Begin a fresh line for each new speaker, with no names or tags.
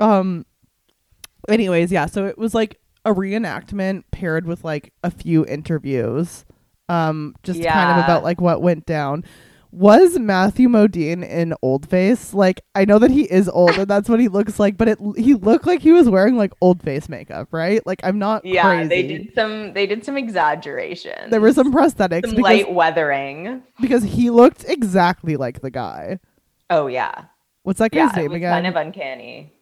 um anyways, yeah, so it was like a reenactment paired with like a few interviews. Um just kind of
Yeah.
about like what went down. Was Matthew Modine in old face? Like I know that he is old and that's what he looks like, but it he looked like he was wearing like old face makeup, right? Like I'm not
Yeah,
crazy.
they did some. They did some exaggeration.
There were some prosthetics
some
because,
light weathering.
because he looked exactly like the guy.
Oh yeah,
What's that guy's
yeah. It
name
was
again?
kind of uncanny.